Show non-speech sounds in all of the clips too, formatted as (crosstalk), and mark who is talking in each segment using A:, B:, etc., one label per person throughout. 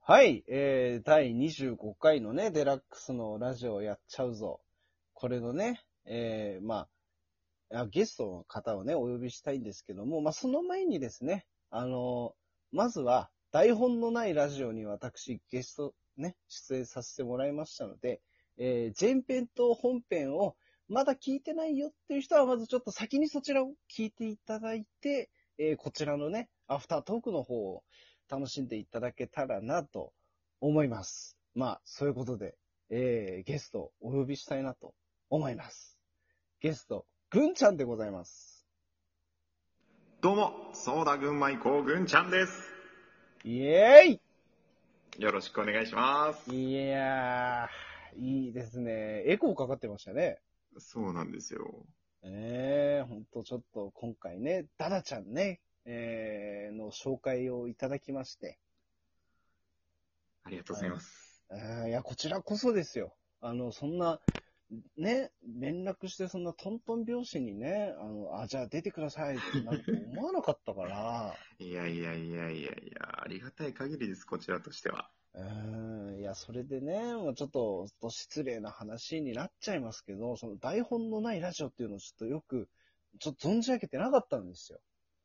A: はい、えー、第25回のね、デラックスのラジオやっちゃうぞ。これのね、えー、まあ、あゲストの方をね、お呼びしたいんですけども、まあ、その前にですね、あのーまずは、台本のないラジオに私、ゲスト、ね、出演させてもらいましたので、えー、前編と本編を、まだ聞いてないよっていう人は、まずちょっと先にそちらを聞いていただいて、えー、こちらのね、アフタートークの方を楽しんでいただけたらなと思います。まあ、そういうことで、えー、ゲストをお呼びしたいなと思います。ゲスト、ぐんちゃんでございます。
B: どうも、ソーダ群馬以降ぐんちゃんです。
A: イエーイ
B: よろしくお願いします。
A: いやー、いいですね。エコーかかってましたね。
B: そうなんですよ。
A: ええほんとちょっと今回ね、ダダちゃんね、えー、の紹介をいただきまして。
B: ありがとうございます。
A: あーいや、こちらこそですよ。あの、そんな、ね、連絡してそんなトントン拍子にね、あの、あ、じゃあ出てくださいってなんか思わなかったから、 (laughs)
B: いやいやいやいやいや、ありがたい限りです、こちらとしては。
A: うん、いや、それでね、もうちょっと、ちょっと失礼な話になっちゃいますけど、その台本のないラジオっていうのをちょっとよく、ちょっと存じ上げてなかったんですよ。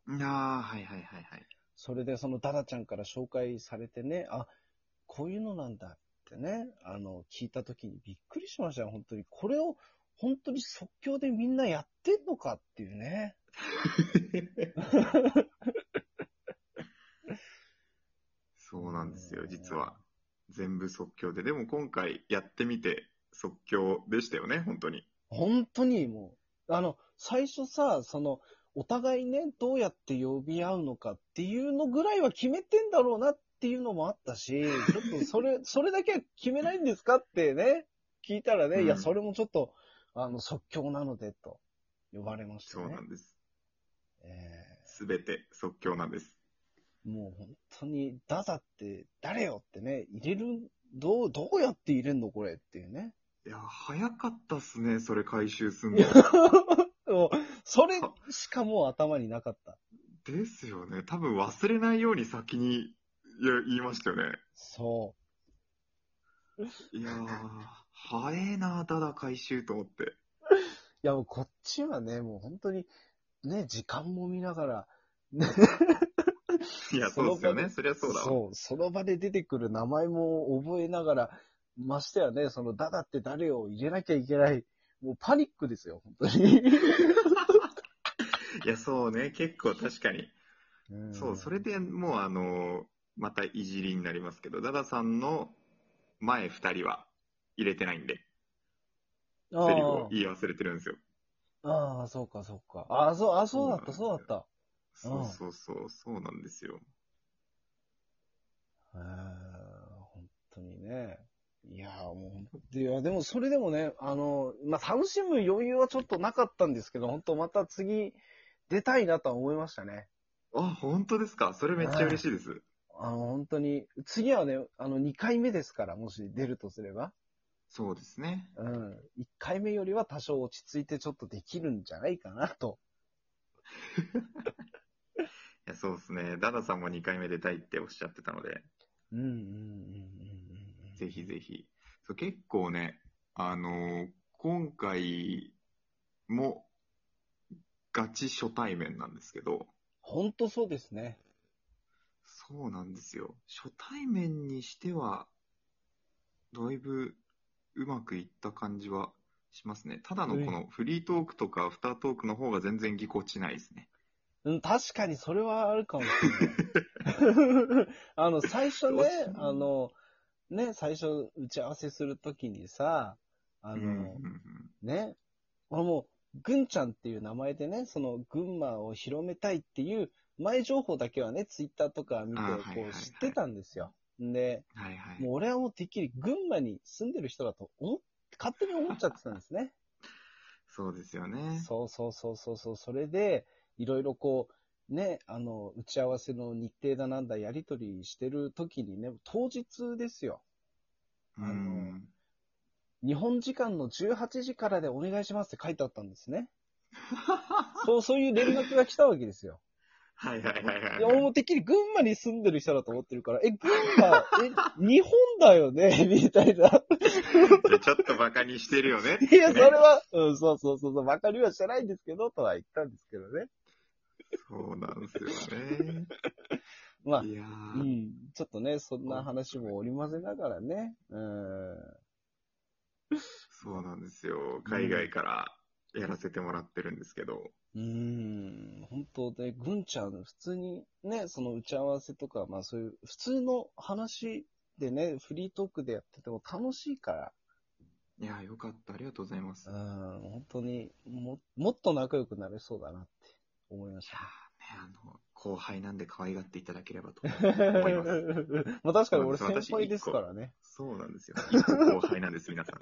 B: あー、はいはいはいはい。
A: それでそのダダちゃんから紹介されてね、あ、こういうのなんだってね、あの、聞いた時にびっくりしましたよ、本当に。これを本当に即興でみんなやってんのかっていうね。
B: そうなんですよ、実は。全部即興で。でも今回やってみて即興でしたよね、本当に。
A: 本当にもう、あの、最初さ、その、お互いね、どうやって呼び合うのかっていうのぐらいは決めてんだろうなっていうのもあったし、ちょっとそ
B: (laughs)
A: れ、それだけは決めないんですかってね、聞いたらね、
B: うん
A: いや、それもちょっと、あの、即興なので、と呼ばれました
B: そう
A: ね。
B: なんです。
A: え
B: すべて即興なんです。
A: ーもう本当に、ダダって誰よってね、入れる、どう、どうやって入れんのこれっていうね。 (laughs)
B: いや、早かったっすね、それ回収 (laughs) すんの。
A: もうそれしかもう頭になかった。
B: ですよね。多分忘れないように先にいや言いましたよね。
A: そう。
B: いやー、早えな、ダダ回収と思って。
A: いや、もうこっちはね、もう本当に、ね、時間も見ながら、
B: いや、そうですよね。そりゃそうだ
A: (laughs)
B: わ。
A: そう、その場で出てくる名前も覚えながら、ましてやね、その、ダダって誰を入れなきゃいけない、もうパニックですよ、本当に。
B: いや、そうね。結構確かに。
A: (laughs) うん
B: そう、それ。でもう、あのーまたいじりになりますけど、ダダさんの前二人は入れてないんで、
A: あ
B: セリフを言い忘れてるんですよ。
A: あああ、そうか、そうか。ああ、そう、あそうだった、
B: そ
A: そうう
B: な
A: だ
B: ん
A: っ
B: だ
A: た。
B: そうそうそう、そうなんですよ。
A: えー本当にね。いやー、もう本当いや、でもそれでもね、あの、まあ、楽しむ余裕はちょっとなかったんですけど、本当また次、出たいなとは思いましたね。
B: あ、本当ですかそれめっちゃ嬉しいです。
A: あの、本当に、次はね、あの、2回目ですから、もし出るとすれば。
B: そうですね。
A: うん。1回目よりは多少落ち着いてちょっとできるんじゃないかなと。
B: いや、そうですね。ダダさんも2回目出たいっておっしゃってたので、
A: うん、うん、うん、うんうん。
B: ぜひぜひ。そう結構ね、あのー今回もガチ初対面なんですけど、
A: 本当そうですね。
B: そうなんですよ。初対面にしては、だいぶうまくいった感じはしますね。ただのこのフリートークとかアフタートークの方が全然ぎこちないですね。
A: うん、確かにそれはあるかもしれ
B: (laughs)
A: ない。あの、最初
B: ど
A: ね
B: うしよう、
A: あの、ね、最初打ち合わせするときにさ、あ
B: う
A: の、
B: んうんうん
A: ね、俺もう、ぐんちゃんっていう名前でね、その、群馬を広めたいっていう前情報だけはね、ツイッターとか見て、
B: あはいはい
A: こ
B: はいう
A: 知ってたんですよ。で、
B: はいはい。
A: もう俺はもうてっきり群馬に住んでる人だと思っ、勝手に思っちゃってたんですね。
B: そうですよね。
A: そうそうそうそうそう。それで、いろいろこう、ね、あの、打ち合わせの日程だなんだやりとりしてる時にね、当日ですよ。
B: ううん。
A: 日本時間の18時からでお願いしますって書いてあったんですね。そう、そういう連絡が来たわけですよ。
B: はいはいはいはい
A: いや、もうてっきり群馬に住んでる人だと思ってるから、え、群馬、え、日本だよね (laughs) みたいな。
B: じゃあちょっとバカにしてるよ
A: (laughs)
B: ね。
A: いや、それは、うん、そうそうそうそう、ばかりはしてないんですけど、とは言ったんですけどね。
B: そうなんですよね。
A: まあ、
B: いや
A: う
B: ー、
A: ん、ちょっとね、そんな話も織り交ぜながらね、うん、
B: そうなんですよ。海外からやらせてもらってるんですけど。
A: うーん、本当で、ぐんちゃん、普通にね、その打ち合わせとか、まあそういう、普通の話でね、フリートークでやってても楽しいか
B: いやー、よかった。ありがとうございます。
A: ら、うん、本当にも、もっと仲良くなれそうだなって思いまし
B: い
A: た
B: や
A: ね。
B: ーね、あの、後輩なんで可愛がっていただければと思います。
A: (laughs) まあ確かに俺
B: そうなんです
A: 先輩です
B: 私一個
A: からね。
B: (laughs) そうなんですよ。一個後輩なんです、皆さん。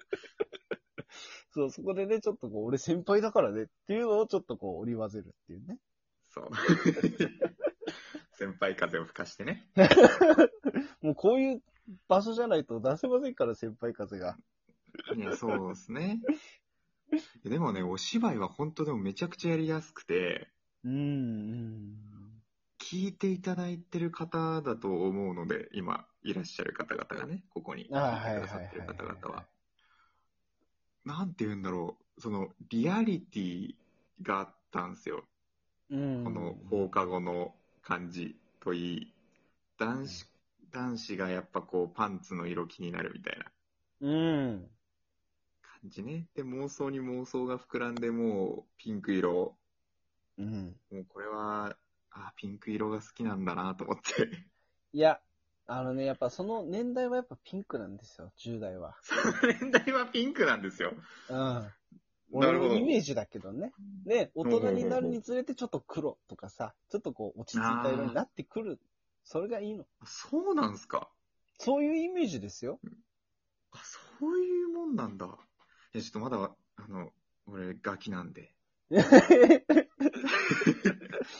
A: そう、そこでね、ちょっとこう、俺先輩だからねっていうのをちょっとこう、織り交ぜるっていうね。
B: そう。 (laughs) 先輩風を吹かしてね。
A: もうこういう場所じゃないと出せませんから、先輩風が。
B: いや、そうですね。いやでもね、お芝居は本当でもめちゃくちゃやりやすくて、
A: うん、うん。
B: 聞いていただいてる方だと思うので、今いらっしゃる方々がね、ここに聞いてく
A: あー
B: ださってる方々は。なんて言うんだろう、そのリアリティがあったんですよ。
A: うん。
B: この放課後の感じといい、男子、男子がやっぱこうパンツの色気になるみたいな
A: うん。
B: 感じね。で、妄想に妄想が膨らんでもうピンク色、
A: うん。
B: もうこれは、あ、ピンク色が好きなんだなと思って。
A: いや、あのね、やっぱその年代はやっぱピンクなんですよ、10代は。
B: 年代はピンクなんですよ。
A: (laughs) うん。
B: な
A: 俺
B: るほ
A: の
B: ど
A: イ。メージだけどね。で、大
B: んうんうん
A: 人になるにつれてちょっと黒とかさ、ちょっとこう落ち着いた色になってくる。それがいいの。
B: そうなんすか。
A: そういうイメージです (laughs) よ。
B: あ、そういうもんなんだ。いや、ちょっとまだ、あの、俺、ガキなんで。
A: い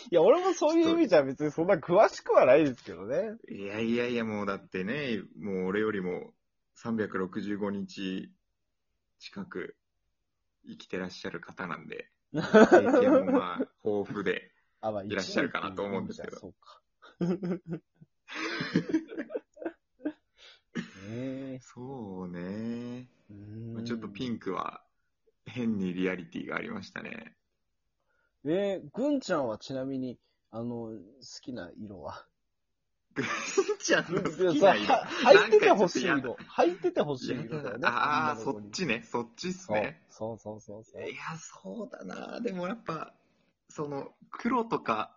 A: や、俺もそういう意味じゃ別にそんな詳しくはないですけどね。
B: いやいやいや、もうだってね、もう俺よりも365日近く生きてらっしゃる方なんで、経験もまあ豊富で、
A: あ、まあ、
B: いらっしゃるかなと思うんですけど
A: そうか。
B: (laughs)
A: ねえ
B: そうね、
A: う
B: ま
A: ー
B: あ
A: ん
B: ちょっとピンクは変にリアリティがありました (laughs) ね。
A: えー、ぐんちゃんはちなみに、あの、好きな色
B: (laughs)
A: は
B: ぐんちゃんの好き
A: さ
B: な
A: は
B: 色。
A: (laughs) 履いててほしい
B: なんかちょ
A: 色。履いててほしい
B: 嫌
A: 色だ
B: だ
A: よね。
B: なああ、
A: 女の
B: そ
A: 子に
B: っちね、そっちっすね。
A: そうそうそうそうそう。
B: いや、そうだな。でもやっぱ、その、黒とか、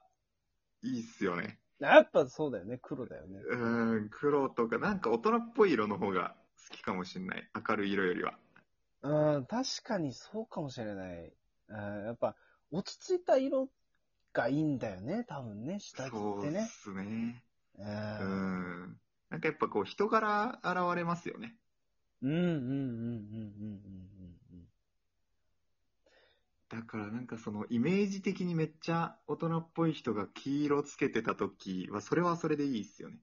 B: いいっすよね。
A: やっぱそうだよね、黒だよね。
B: うーん、黒とか、なんか大人っぽい色の方が好きかもしんない。明るい色よりは。
A: うん、確かにそうかもしれない。うん、やっぱ、落ち着いた色がいいんだよね、多分ね、下着っ
B: そう
A: て
B: っ
A: ね。
B: すね。
A: う、
B: うんん。なんかやっぱこう、人柄現れますよね。
A: うん、うん、うん、うん、うん、うん。
B: だからなんかその、イメージ的にめっちゃ大人っぽい人が黄色つけてた時は、それはそれでいいっすよね。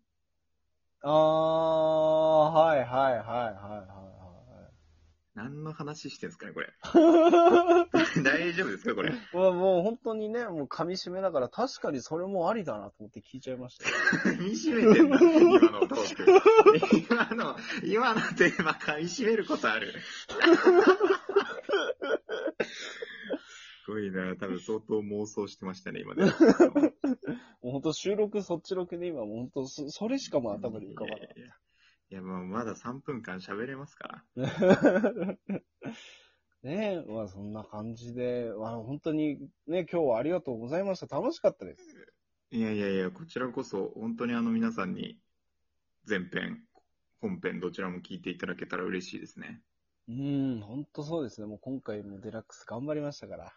A: あー、はいはいはいはいはい。
B: 何の話してんすか
A: (laughs)
B: ね、これ。 (laughs)
A: は
B: 大丈夫ですか、これ。
A: い
B: (laughs)
A: もうもう本当にね、もう噛み締めながら、確かにそれもありだなと思って聞いちゃいましたよ。
B: 噛み締めてんな、今のトーク。今の、今のテーマ噛み締めることある。すごいな、多分相当妄想してました
A: (laughs)
B: ね、今ね。
A: もう本当収録そっちロケで今もう本当そ、それしかもう頭に浮かばない
B: い。やいやいやいや、まあ、まだ3分間喋れますから。
A: ねえ、まあそんな感じで、まあ、本当にね、今日はありがとうございました。楽しかったです。
B: いやいやいや、こちらこそ、本当にあの皆さんに、前編、本編、どちらも聞いていただけたら嬉しいですね。
A: うん、本当そうですね。もう今回もデラックス頑張りましたから。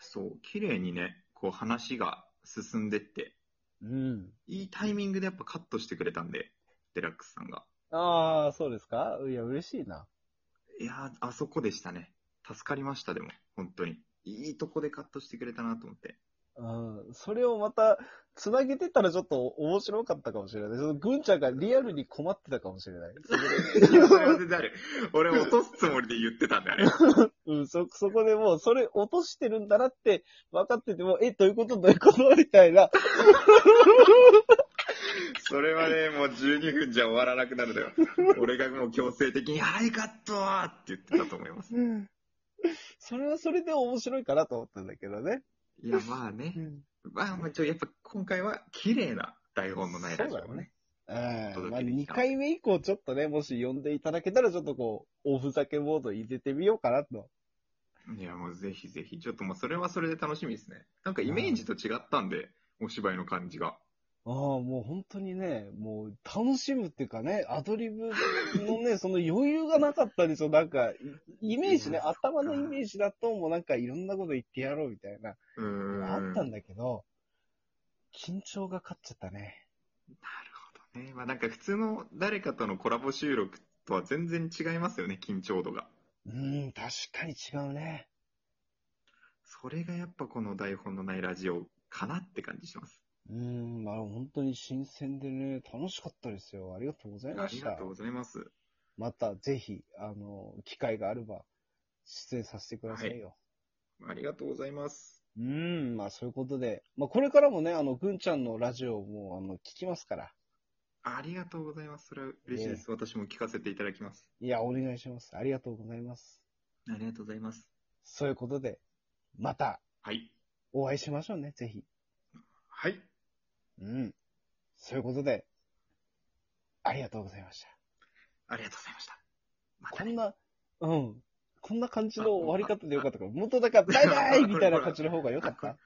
B: そう、綺麗にね、こう話が進んでって、
A: うん。
B: いいタイミングでやっぱカットしてくれたんで、デラックスさんが。
A: ああ、そうですかいや、嬉しいな。
B: いやー、あそこでしたね。助かりました、でも、本当に。いいとこでカットしてくれたなと思って。
A: うん、それをまた、つなげてたらちょっと面白かったかもしれない。その、ぐんちゃんがリアルに困ってたかもしれ
B: (laughs)
A: ない。
B: いやそれは全然ある。俺落とすつもりで言ってたんだ、あれ。
A: うん、そ、そこでもう、それ落としてるんだなって分かってても、え、どういうことどういうことみたいな。
B: それはね、もう12分じゃ終わらなくなるのよ。俺がもう強制的に、はい、カットーって言ってたと思います。
A: それはそれで面白いかなと思ったんだけどね。
B: いや、まあね。まあ、まあ、ちょ、やっぱ今回は綺麗な台本のないラジ
A: そう
B: オ
A: だね
B: ね。
A: うん。まあ、
B: 届けて
A: 2
B: きた
A: 回目以降、ちょっとね、もし呼んでいただけたら、ちょっとこう、おふざけモード入れてみようかなと。
B: いや、もうぜひぜひ。ちょっともうそれはそれで楽しみですね。なんかイメージと違ったんで、お芝居の感じが。
A: ああ、もう本当にね、もう楽しむっていうかね、アドリブの
B: (laughs)
A: ね、その余裕がなかったんですよ。なんか、イメージね、
B: いや
A: 頭のイメージだと、もうなんかいろんなこと言ってやろうみたいな、
B: うーん。
A: あったん
B: な
A: だ
B: る
A: けど、緊張が勝っちゃったね。
B: ほどね。まあなんか普通の誰かとのコラボ収録とは全然違いますよね、緊張度が。
A: うーん、確かに違うね。
B: それがやっぱこの台本のないラジオかなって感じします。
A: うーん、まあ本当に新鮮でね、楽しかったですよ。ありがとうござい
B: あ
A: ま
B: り
A: し
B: が
A: た
B: とう。ございます。
A: またぜひ、あの、機会があれば、出演させてくださいよ。
B: ありがとうございます。
A: うーん、まあそういうことで、まあこれからもね、あの、ぐんちゃんのラジオも、あの、聞きますから。
B: ありがとうございます。それは嬉しいです。私も聞かせていただきます。
A: いや、お願いします。ありがとうございます。
B: ありがとうございます。
A: そういうことで、また
B: はい。
A: お会いしましょうね、ぜひ。
B: はい。
A: うん。そういうことで、ありがとうございました。
B: ありがとうございました。ま
A: こ
B: たね
A: んな、うん。こんな感じの終わり方でよかったから、もっとだから、バイバイみたいな感じの方がよかった。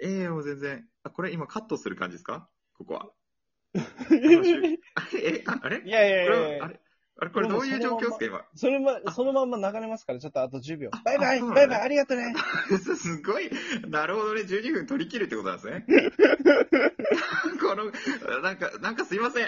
B: ええもう全然。あ、これ今カットする感じですか
A: (laughs)
B: ここは。
A: い
B: あれえ、ああれこ
A: (laughs) やいやい
B: れ
A: やい
B: はあ
A: や
B: れあれこれどういう状況ですか今。
A: それま、そのまんま流れますから、ちょっとあと10秒
B: あ。
A: バイバイ
B: あそうなん
A: バ
B: だ
A: イバイありがとうね
B: (laughs) すごい。なるほどね。12分取り切るってことなんですね。この、なんか、なんかすいません。